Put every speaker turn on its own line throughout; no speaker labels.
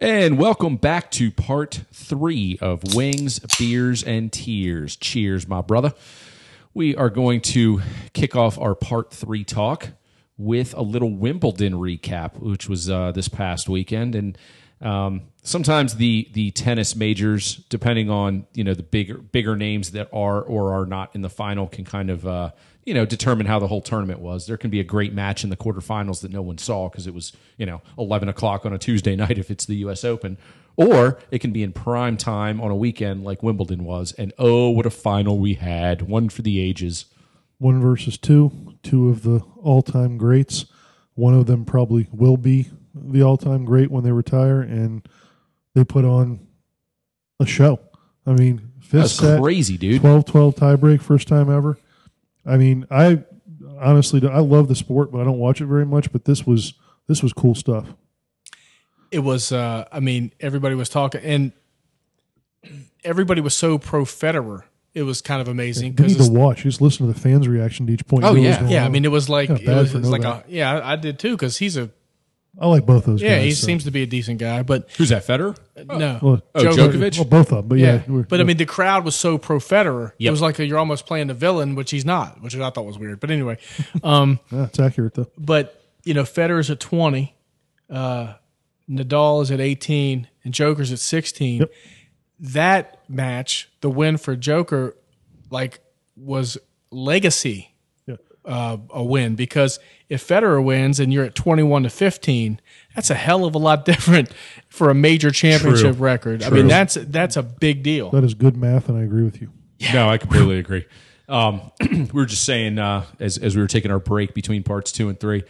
And welcome back to part three of Wings, Beers, and Tears. Cheers, my brother. We are going to kick off our part three talk with a little Wimbledon recap, which was uh, this past weekend. And um, sometimes the the tennis majors, depending on you know the bigger bigger names that are or are not in the final, can kind of uh, you know determine how the whole tournament was. There can be a great match in the quarterfinals that no one saw because it was you know eleven o'clock on a Tuesday night if it's the U.S. Open, or it can be in prime time on a weekend like Wimbledon was. And oh, what a final we had! One for the ages.
One versus two, two of the all time greats. One of them probably will be the all time great when they retire, and they put on a show. I mean, fifth
That's
set,
crazy, dude.
12 12 tiebreak, first time ever. I mean, I honestly, I love the sport, but I don't watch it very much. But this was this was cool stuff.
it was uh i mean everybody was talking and everybody was so pro federer it was kind of amazing
You
because
need to watch. Just listen to the fans' reaction to each point.
Oh,
Know what's
yeah.
going
yeah i
on.
mean it was like
Yeah,
it
bad
was
for
it's like a,
Novak.
yeah I- i did too because he's a
I like both those.
yeah
guys,
he
so.
seems to be a decent guy but
Who's that? Federer?
no
Well,
Oh,
Djokovic.
Djokovic.
Well, both of them, but yeah,
yeah,
we're-
but I mean the crowd was so pro Federer. It
Yep.
was like you're almost playing the villain, which he's not, which I thought was weird. But anyway, um,
yeah, it's accurate though.
but you know Federer's at twenty, uh, Nadal is at eighteen, and Joker's at sixteen. That match, the win for Joker, like was legacy
Yeah.
uh, a win because if Federer wins and you're at 21 to 15, that's a hell of a lot different for a major championship
True.
record. I
True.
mean, that's that's a big deal.
That is good math, and I agree with you.
No, I completely agree. Um, we were just saying uh, as as we were taking our break between parts two and three,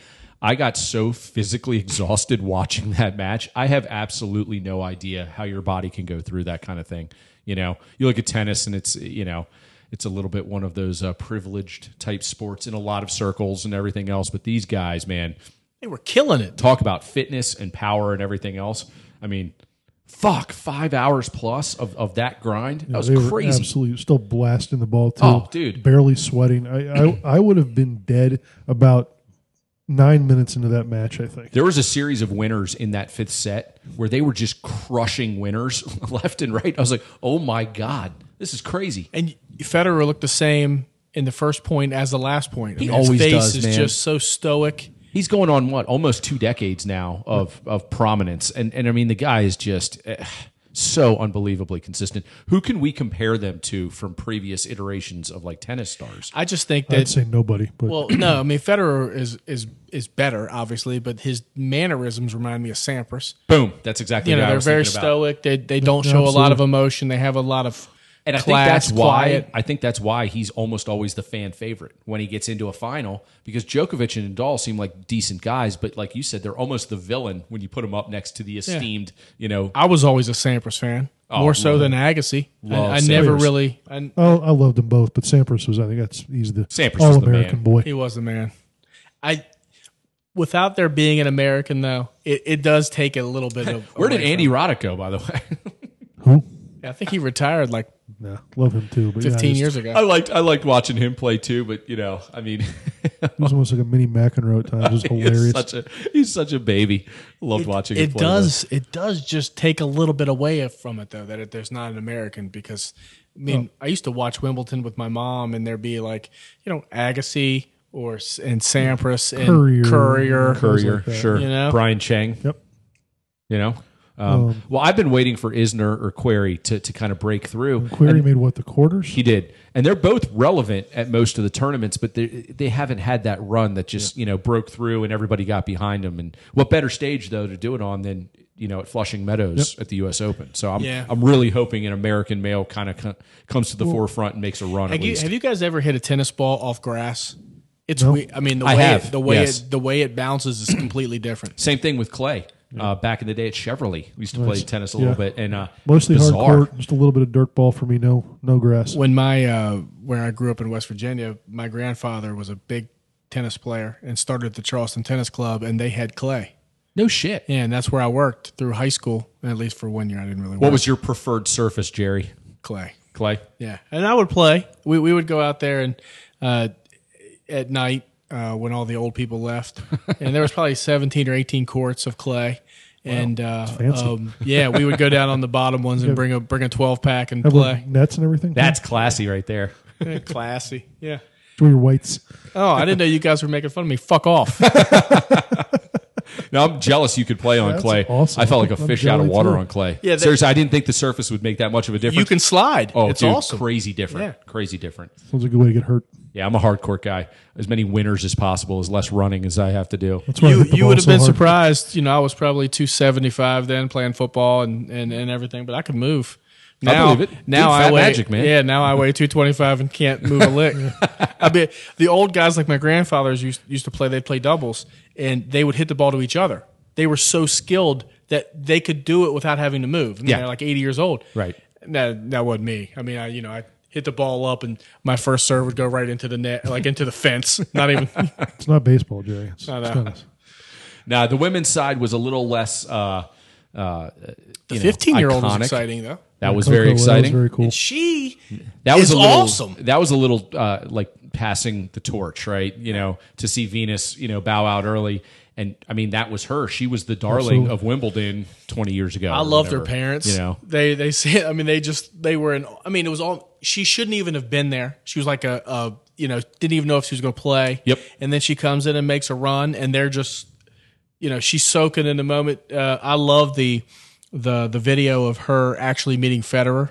I got so physically exhausted watching that match. I have absolutely no idea how your body can go through that kind of thing. You know, you look at tennis, and it's you know. It's a little bit one of those uh, privileged type sports in a lot of circles and everything else. But these guys, man,
They were killing it.
talk about fitness and power and everything else. I mean, fuck, five hours plus of, of that grind. That
they
was
were
crazy.
absolutely still blasting the ball too.
Oh, dude.
barely sweating. I, I I would have been dead about nine minutes into that match. I think.
There was a series of winners in that fifth set where they were just crushing winners left and right. I was like, oh my God, this is crazy.
And Federer looked the same in the first point as the last point. I
He
mean, his
always
face
does,
is
man.
just so stoic.
He's going on what, almost two decades now of, of prominence. And, and I mean, the guy is just eh, so unbelievably consistent. Who can we compare them to from previous iterations of like tennis stars?
I just think
I'd
that
say nobody, but
well, no, I mean Federer is is is better, obviously, but his mannerisms remind me of Sampras.
Boom. That's exactly
You
what
know,
I
they're
was
very
thinking about.
stoic. They they don't show a lot of emotion. They have a lot of
And I
class,
think that's why
quiet.
I think that's why he's almost always the fan favorite when he gets into a final because Djokovic and Nadal seem like decent guys, but like you said, they're almost the villain when you put them up next to the esteemed, you know.
I was always a Sampras fan, more so than Agassi. I,
Love
I never
Sampras.
really. I,
I, I loved them both. But Sampras was, I think, that's he's the
Sampras
all
is the
American
man.
boy.
he was the man. I without there being an American though, it, it does take a little bit of.
Where did
away
Andy Roddick go, by the way?
Who?
from- I think he retired like
Nah, love him too. But yeah,
15
he's-
years ago.
I liked I liked watching him play too, but you know, I mean,
He was almost like a mini McEnroe at times. It was
he's
hilarious.
such a he's such a baby. Loved watching him
it
play.
does it does just take a little bit away of- from it though that it, there's not an American because I mean I used to watch Wimbledon with my mom and there'd be like you know Agassi or S- and Sampras and
Courier.
Courier,
Courier,
like that,
sure.
you know?
Brian Chang.
Yep.
You know? Um, well, I've been waiting for Isner or Query to, to kind of break through.
Query made what the quarters?
He did, and they're both relevant at most of the tournaments, but they they haven't had that run that just you know broke through and everybody got behind them. And what better stage though to do it on than you know at Flushing Meadows at the U.S. Open? So I'm
Yeah.
I'm really hoping an American male kind of co- comes to the forefront and makes a run at
Have you,
least.
have you guys ever hit a tennis ball off grass? It's we, I mean the
I
way
have,
it, the way
yes.
it, the way it bounces is completely different.
Same thing with Clay. Uh, back in the day at Chevrolet, we used to play tennis a little
Yeah.
bit, and uh,
Mostly hard
bizarre.
court, just a little bit of dirt ball for me. No, no grass.
When my uh, where I grew up in West Virginia, my grandfather was a big tennis player and started the Charleston Tennis Club, and they had clay.
No shit.
Yeah, and that's where I worked through high school, at least for one year. I didn't really
What
work
was your preferred surface, Jerry?
clay.
Clay.
Yeah, and I would play. We we would go out there and uh, at night uh, when all the old people left, and there was probably seventeen or eighteen courts of clay, and uh,
fancy.
um, yeah, we would go down on the bottom ones and bring a bring a twelve pack and
Have like
play.
nets and everything.
That's classy right there.
Yeah, Classy, yeah.
Throw your whites.
Oh, I didn't know you guys were making fun of me. Fuck off.
Now I'm jealous you could play on
That's
clay.
awesome.
I felt like a
I'm
fish out of
jelly
water
too.
on clay.
Yeah, that-
seriously, I didn't think the surface would make that much of a difference.
you can slide.
oh,
it's
dude,
awesome.
crazy different,
Yeah.
crazy different.
Sounds like a good way to get hurt.
Yeah, I'm a hardcore guy. As many winners as possible, as less running as I have to do.
That's why I
you
hit the
you
ball
would have
so
been
hard.
surprised. You know, I was probably 275 then playing football and, and, and everything, but I could move.
I
Now,
believe it.
Now
Dude,
I
fat
weigh,
magic, man.
Yeah, now I weigh 225 and can't move a lick. I mean, the old guys like my grandfathers used, used to play, they'd play doubles and they would hit the ball to each other. They were so skilled that they could do it without having to move. I mean,
Yeah.
They're like 80 years old.
Right.
No, that wasn't me. I mean, I you know, I hit the ball up and my first serve would go right into the net, like into the fence. Not even.
It's not baseball, Jerry. It's,
I
it's
know.
tennis.
Now the women's side was a little less. Uh, uh,
The 15 year old is
iconic.
exciting though.
That was
Coco,
very
that was
exciting.
very cool.
And she
that
is
was a little,
awesome.
That was a little uh, like passing the torch, right? You know, to see Venus, you know, bow out early, and I mean that was her. She was the darling
Absolutely.
of Wimbledon twenty years ago.
I
or
love their
whatever,
parents.
You know,
they they say. I mean, they just they were in. I mean, it was all. She shouldn't even have been there. She was like a, a you know didn't even know if she was going to play.
Yep.
And then she comes in and makes a run, and they're just you know she's soaking in the moment. Uh, I love the the the video of her actually meeting Federer.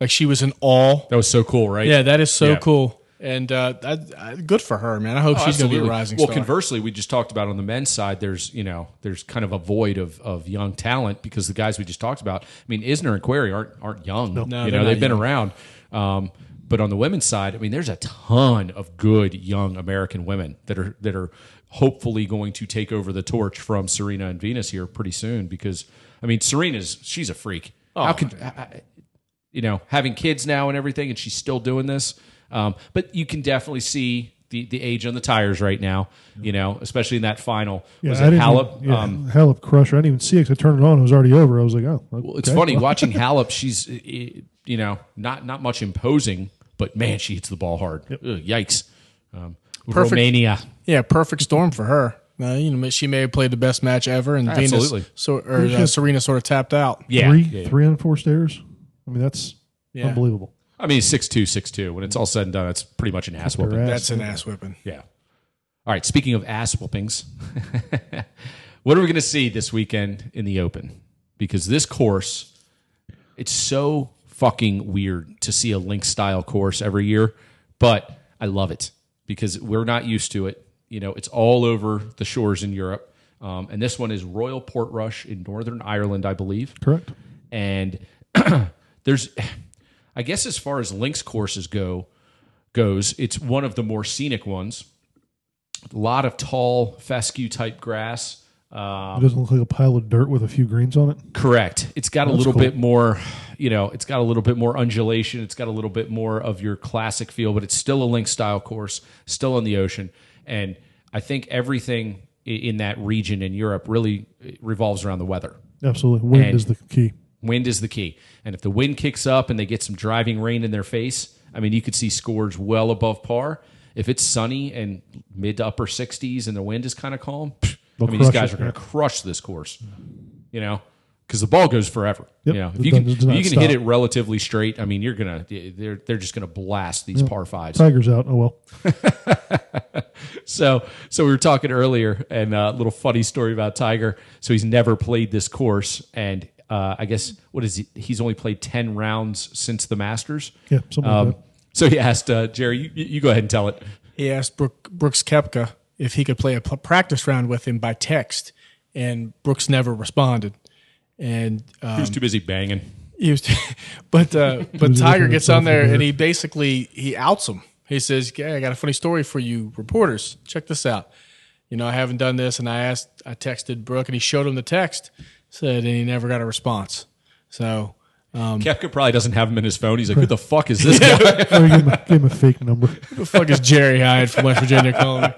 Like she was in awe.
that was so cool, right?
Yeah, that is so
Yeah. Oh,
cool. And uh, I, I, good for her, man. I hope she's going to be a
Absolutely.
rising
well,
star.
conversely, we just talked about on the men's side. There's you know there's kind of a void of of young talent because the guys we just talked about. I mean, Isner and Query aren't aren't young.
No,
you
they're
know
not
they've been around. Um, but on the women's side, I mean, there's a ton of good young American women that are that are hopefully going to take over the torch from Serena and Venus here pretty soon because I mean Serena's she's a freak. How
Oh,
could you know, having kids now and everything, and she's still doing this. Um, but you can definitely see the, the age on the tires right now, you know, especially in that final. was
I
it
didn't
Halep?
Even, yeah,
Um,
Halep crusher. I didn't even see it 'cause I turned it on. It was already over. I was like, oh,
well, it's funny watching Halep. She's, eh, eh, you know, not not much imposing, but man, she hits the ball hard. Ugh, yikes. Um,
Perfect.
Romania.
Yeah, perfect storm for her. Uh, you know, she may have played the best match ever, and
Absolutely.
Venus so, or uh, Serena sort of tapped out.
Yeah.
Three,
yeah.
three on four stairs. I mean, that's
Yeah.
unbelievable.
I mean, 6'2, 6'2. When it's all said and done, it's pretty much an ass whooping.
Their ass.
That's an ass whipping.
Yeah. All right. Speaking of ass whoopings, what are we going to see this weekend in the open? Because this course, it's so fucking weird to see a link style course every year, but I love it because we're not used to it. You know, it's all over the shores in Europe. Um, and this one is Royal Portrush in Northern Ireland, I believe
Correct.
and there's i guess as far as links courses go goes it's one of the more scenic ones a lot of tall fescue type grass Uh,
It
Um,
doesn't look like a pile of dirt with a few greens on it.
correct it's got a little
cool.
bit more you know it's got a little bit more undulation it's got a little bit more of your classic feel but it's still a link style course still on the ocean and i think everything i- in that region in europe really uh, revolves around the weather
Absolutely. Wind
And-
is the key.
Wind is the key. And if the wind kicks up and they get some driving rain in their face, I mean, you could see scores well above par. If it's sunny and mid to upper 60s and the wind is kind of calm, pfft, I
They'll
mean, these
crush
guys
it,
are going to
yeah.
crush this course, you know, because the ball goes forever.
Yep,
You know, if
it
you can,
does-
if
it does not
you can hit
stop.
it relatively straight, I mean, you're going to, they're, they're just going to blast these par fives.
Tiger's out. Oh, well.
So, so we were talking earlier, and a little funny story about Tiger. So he's never played this course, and uh, I guess what is he? He's only played ten rounds since the Masters.
Yeah, something like
Um,
that.
so he asked uh, Jerry, you, "You go ahead and tell it."
He asked Brooke, Brooks Kepka if he could play a pl- practice round with him by text, and Brooks never responded. And
He
um,
was too busy banging.
he was, but uh, but
was
Tiger
looking
gets
himself
on there
in the
and he basically he outs him. He says, "Yeah, I got a funny story for you reporters. Check this out. You know, I haven't done this, and I asked, I texted Brooke, and he showed him the text. Said, and he never got a response. So." um,
Kepka probably doesn't have him in his phone. He's like, "Who the fuck is this guy?"
Or he gave him, a, gave him a fake number.
the fuck is Jerry Hyde from West Virginia calling me?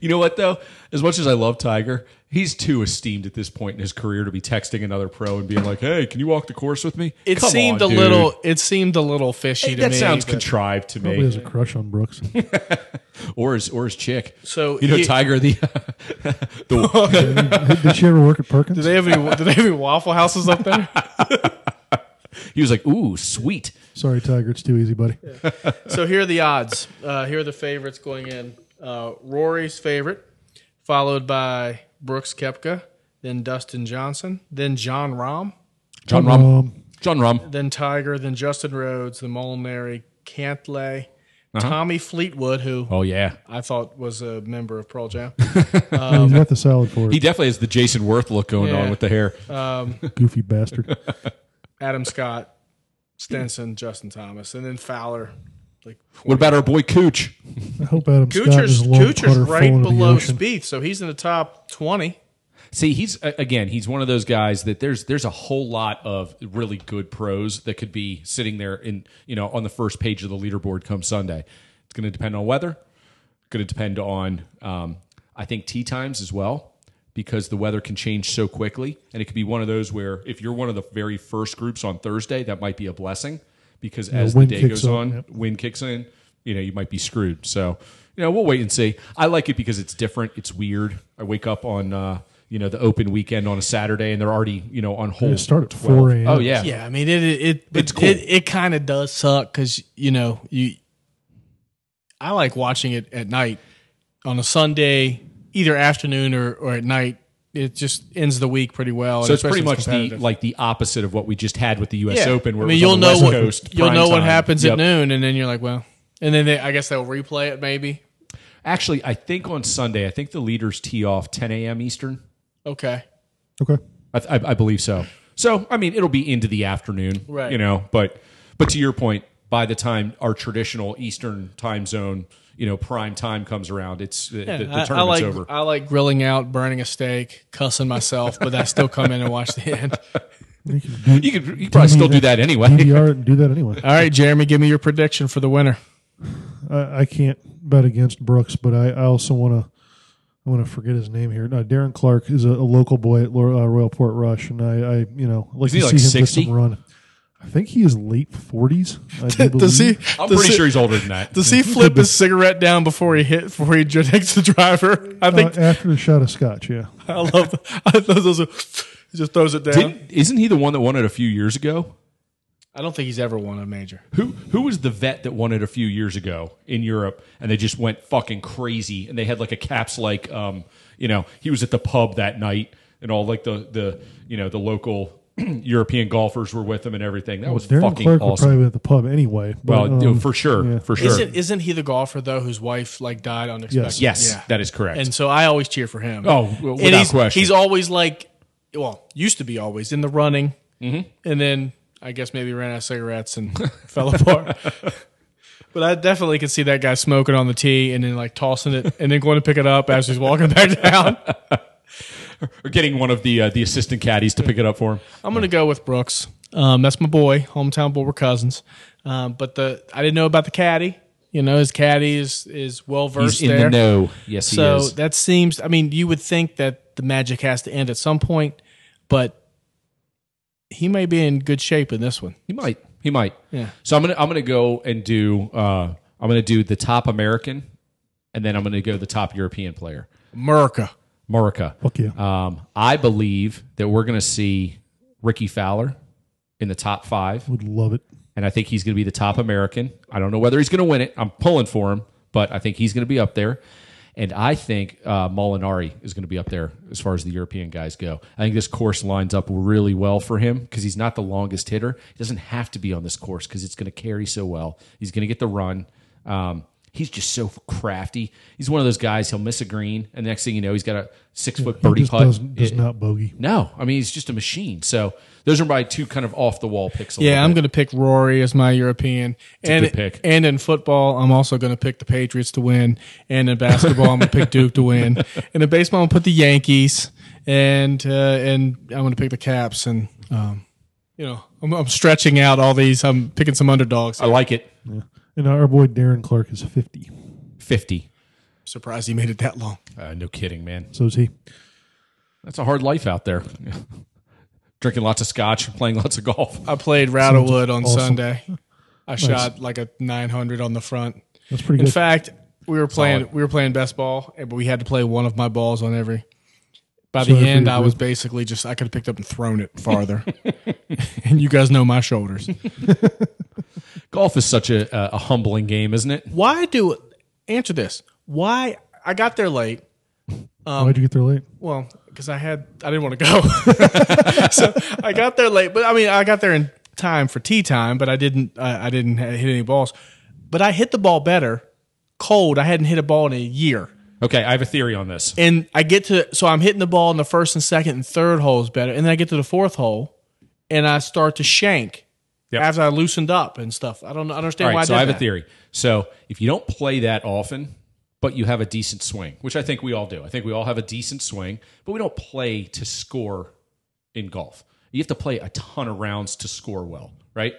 You know what though? As much as I love Tiger, he's too esteemed at this point in his career to be texting another pro and being like, "Hey, can you walk the course with me?"
It
Come
seemed
on,
a
dude.
little. It seemed a little fishy to
That
me.
sounds
but-
contrived to
Probably has
me,
a crush on Brooks.
or his or his chick.
So
you know,
he-
Tiger the the
Did she ever work at Perkins?
Do they have any? do they have any Waffle Houses up there?
he was like, "Ooh, sweet."
Sorry, Tiger. It's too easy, buddy.
so here are the odds. Uh, here are the favorites going in. Uh, Rory's favorite, followed by Brooks Kepka, then Dustin Johnson, then John Rahm,
John
Um,
Rom. John Rom.
then Tiger, then Justin Rhodes, then Molinari, Cantlay, Tommy Fleetwood, who
Oh yeah,
I thought was a member of Pearl Jam,
yeah,
Um,
he's got the salad for it.
he definitely has the Jason Worth look going
Yeah.
on with the hair.
Goofy bastard.
Adam Scott, Stenson, Justin Thomas, and then Fowler. Like
What about our boy Cooch?
I hope Adam Scott is
Kuchar's,
long
Kuchar's
putter full
right
into the
below
ocean.
Spieth, so he's in the top twenty.
See, he's a- again, he's one of those guys that there's there's a whole lot of really good pros that could be sitting there in you know on the first page of the leaderboard come Sunday. It's going to depend on weather. Going to depend on um, I think tea times as well because the weather can change so quickly, and it could be one of those where if you're one of the very first groups on Thursday, that might be a blessing because as the
wind
day
kicks
goes
up,
on,
yep.
wind kicks in, you know, you might be screwed. So, you know, we'll wait and see. I like it because it's different. It's weird. I wake up on, uh, you know, the open weekend on a Saturday and they're already, you know, on hold.
start at
12.
4 a.m..
Oh, yeah.
Yeah, I mean it. It it
It's
it,
cool.
it, kind of does suck because you know you. I like watching it at night on a Sunday, either afternoon or, or at night. It just ends the week pretty well.
So it's pretty much the
competitive.
like the opposite of what we just had with the U.S.
Yeah.
Open, where
I
it
mean,
was
you'll
on the
know
West
what
Coast,
you'll
prime
know what
time.
happens
Yep.
at noon, and then you're like, well, and then they, I guess they'll replay it maybe.
Actually, I think on Sunday, I think the leaders tee off 10 a.m. Eastern.
Okay,
Okay.
I, th- I, I believe so. So I mean, it'll be into the afternoon,
Right.
You know, but but to your point, by the time our traditional Eastern time zone, you know, prime time comes around, it's the, the, the
I,
tournament's
I like
over.
I like grilling out, burning a steak, cussing myself, but I still come in and watch the end.
You can do,
you could you could probably still do that anyway.
DVR it and do that anyway.
All right, Jeremy, give me your prediction for the winner.
I, I can't bet against Brooks, but I, I also want to I want to forget his name here. No, Darren Clark is a, a local boy at Lo- uh, Royal Port Rush, and I, I you know like
he
to
like
see him
60?
get some run. I think he is late forties. Does
I'm pretty sure he's older than that.
Does he flip his cigarette down before he hit before he takes the driver? I think
Uh, after the shot of scotch, yeah.
I love. I love those. He just throws it down.
Didn't, isn't he the one that won it a few years ago?
I don't think he's ever won a major.
Who who was the vet that won it a few years ago in Europe, and they just went fucking crazy, and they had like a caps like, um, you know, he was at the pub that night, and all like the the you know the local. European golfers were with him and everything. That was
Darren
fucking
Clark would
awesome.
probably be at the pub anyway.
Well,
but,
you know,
um,
for sure,
yeah.
for sure.
Isn't isn't he the golfer though whose wife like died unexpectedly?
yes,
Yeah.
that is correct.
And so I always cheer for him.
Oh, w-
And
without
he's,
question.
He's always like, well, used to be always in the running,
Mm-hmm.
and then I guess maybe ran out of cigarettes and fell apart. But I definitely could see that guy smoking on the tee and then like tossing it and then going to pick it up as he's walking back down.
or getting one of the uh, the assistant caddies to pick it up for him.
I'm gonna go with Brooks. Um, that's my boy, hometown boy. We're cousins. Um, but the I didn't know about the caddy. You know, his caddy is is well versed there.
know. Yes,
So that seems. I mean, you would think that the magic has to end at some point, but he may be in good shape in this one.
He might. He might.
Yeah.
So I'm gonna I'm gonna go and do uh, I'm gonna do the top American, and then I'm gonna go the top European player,
America.
Murica.
Fuck yeah.
Um, I believe that we're gonna see Ricky Fowler in the top five.
Would love it.
and I think he's going to be the top American. I don't know whether he's going to win it. I'm pulling for him, but I think he's going to be up there. And I think uh, Molinari is going to be up there as far as the European guys go. I think this course lines up really well for him because he's not the longest hitter. He doesn't have to be on this course because it's going to carry so well. He's going to get the run. Um, he's just so crafty. He's one of those guys. He'll miss a green, and the next thing you know, he's got a six foot birdie
Just
putt.
does, does not bogey.
no, I mean he's just a machine. So those are my two kind of off the wall picks. a
Yeah,
little
I'm
bit.
going to pick Rory as my European. and
good pick.
and in football, I'm also going to pick the Patriots to win. And in basketball, I'm going to pick Duke to win. And in baseball, I'm going to put the Yankees. And uh, and I'm going to pick the Caps. And um, you know, I'm, I'm stretching out all these. I'm picking some underdogs.
uh,
I like it.
And our boy Darren Clark is 50.
50.
Surprised he made it that long.
Uh, no kidding, man.
So is he.
That's a hard life out there. Drinking lots of scotch, playing lots of golf.
I played Rattlewood on
Awesome.
Sunday. I shot like a 900 on the front.
That's pretty
In
good.
fact, we were playing we were playing best ball, and- but we had to play one of my balls on every. By the
Sorry for
end,
your
I was basically just I could have picked up and thrown it farther. and you guys know my shoulders.
Golf is such a, a, a humbling game, isn't it?
Why do answer this? Why I got there late?
Why'd
um,
you get there late?
Well, because I had I didn't want to go, so I got there late. But I mean, I got there in time for tea time, but I didn't I, I didn't hit any balls. But I hit the ball better cold. I hadn't hit a ball in a year.
Okay, I have a theory on this.
and I get to so I'm hitting the ball in the first and second and third holes better, and then I get to the fourth hole, and I start to shank
Yep.
after I loosened up and stuff. I don't I don't understand
All right,
why.
so I
I,
have
did
a
that.
theory. So if you don't play that often, but you have a decent swing, which I think we all do. I think we all have a decent swing, but we don't play to score in golf. You have to play a ton of rounds to score well, right?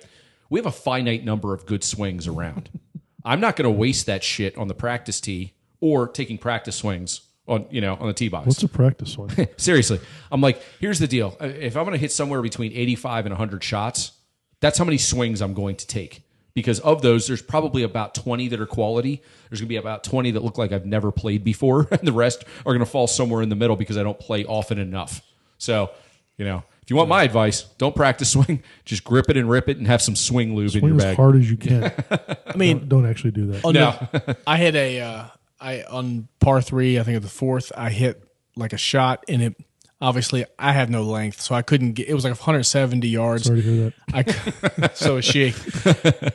We have a finite number of good swings around. I'm not going to waste that shit on the practice tee or taking practice swings on you know on the tee box.
What's a practice one?
Seriously, I'm like, here's the deal. Uh, If I'm going to hit somewhere between 85 and 100 shots, that's how many swings I'm going to take. Because of those, there's probably about 20 that are quality. There's going to be about 20 that look like I've never played before, and the rest are going to fall somewhere in the middle because I don't play often enough. So, you know, if you want my advice, don't practice swing. Just grip it and rip it, and have some swing lube in
Swing
your
as
bag.
hard as you can.
I mean,
Don't actually do that.
on
No.
the, Oh, I hit a uh, I on par three. I think at the fourth, I hit like a shot, and it obviously I have no length, so I couldn't get. It was like 170 yards.
Sorry to hear that.
I c- so is she.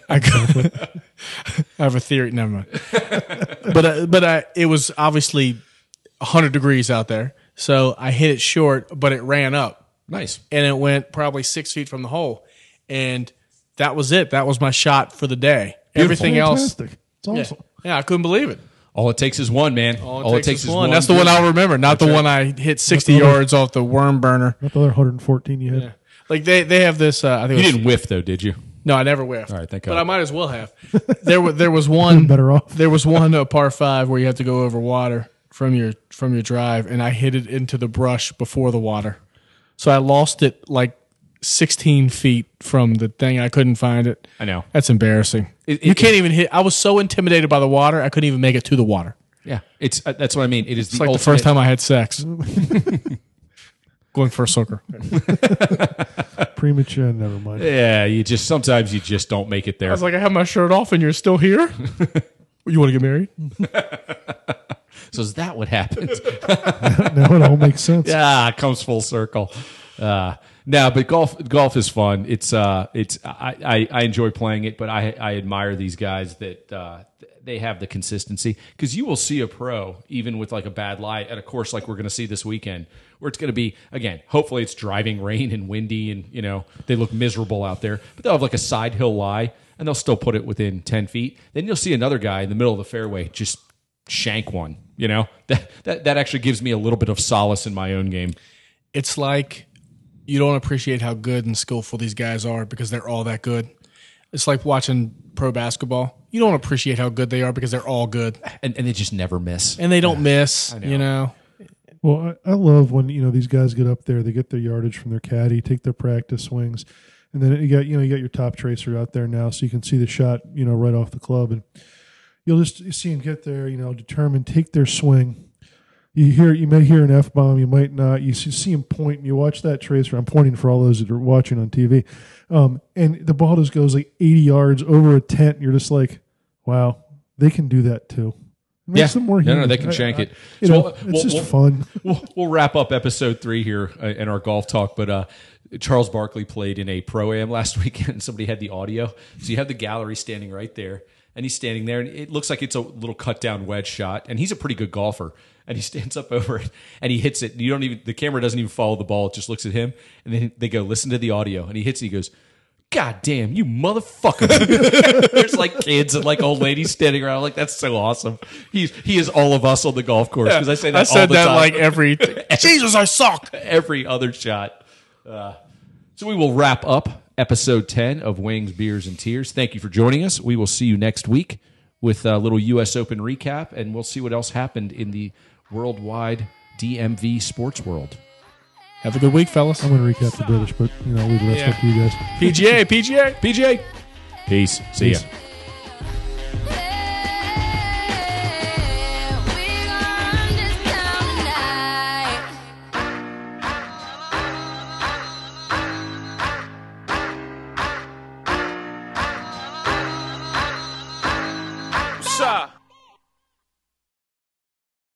I, c- I have a theory. Never mind. But uh, but I, it was obviously 100 degrees out there, so I hit it short, but it ran up
Nice.
and it went probably six feet from the hole, and that was it. That was my shot for the day. Everything
Fantastic. It's awesome.
else, yeah, yeah, I couldn't believe it.
All it takes is one, man. All it, takes, is one.
That's the one I'll remember, not the one I hit 60
That's the one.
yards off the worm burner.
Not the other 114 you had.
Like they they have this. Uh, I think
You
it was
didn't whiff though, did you?
No, I never whiffed.
right, thank
But
God.
I might as well have. There was there was one
Better off.
There was one uh, par five where you have to go over water from your from your drive, and I hit it into the brush before the water, so I lost it like sixteen feet from the thing. I couldn't find it.
I know.
That's embarrassing.
It-
you
it-
can't even hit. I was so intimidated by the water, I couldn't even make it to the water.
Yeah. It's uh, that's what I mean. It is
It's like the first time I had sex. Going for a sucker.
Premature. Never mind.
Yeah, you just sometimes you just don't make it
I
there.
was like, I have my shirt off, and you're still here. you want to get married?
So is that what happens?
Now it all makes sense.
ah, it comes full circle. Uh, no, but golf golf is fun. It's uh, it's I, I, I enjoy playing it, but I I admire these guys that uh, they have the consistency because you will see a pro even with like a bad lie at a course like we're going to see this weekend where it's going to be again. Hopefully, it's driving rain and windy, and you know they look miserable out there, but they'll have like a side hill lie and they'll still put it within ten feet. Then you'll see another guy in the middle of the fairway just shank one. You know that that that actually gives me a little bit of solace in my own game.
it's like you don't appreciate how good and skillful these guys are because they're all that good. It's like watching pro basketball. You don't appreciate how good they are because they're all good
and, and they just never miss.
and they don't miss. You know,
Well, I, I love when you know these guys get up there, they get their yardage from their caddy, take their practice swings, and then you got you know you got your top tracer out there now, so you can see the shot you know right off the club, and you'll just see them get there, you know, determined, take their swing. You hear you may hear an f bomb, you might not. You see, see him point, and you watch that tracer. I'm pointing for all those that are watching on TV, um, and the ball just goes like 80 yards over a tent. And you're just like, wow, they can do that too. It makes them more
no, no,
human.
they can
I-
shank
I-
it.
You
So
know,
we'll-
it's
we'll-
just
we'll-
fun.
we'll, we'll wrap up episode three here uh, in our golf talk. But uh, Charles Barkley played in a pro am last weekend. and Somebody had the audio, so you have the gallery standing right there, and he's standing there, and it looks like it's a little cut down wedge shot. And he's a pretty good golfer, and he stands up over it, and he hits it. And you don't even the camera doesn't even follow the ball; it just looks at him, and then they go listen to the audio, and he hits it. He goes. God damn, you motherfucker. There's like kids and like old ladies standing around. Like, that's so awesome. He's he is all of us on the golf course. Because I say that
I said
all the
that
time
like every Jesus, I suck.
every other shot. Uh, so we will wrap up episode 10 of Wings, Beers, and Tears. Thank you for joining us. We will see you next week with a little U.S. Open recap, and we'll see what else happened in the worldwide DMV sports world.
Have a good week, fellas.
I'm going to recap the British, but you know, I'll leave the rest
Yeah.
up to you guys.
PGA, PGA, PGA.
Peace. See
Peace.
ya.
Yeah, we gon' run this town tonight.
Sir,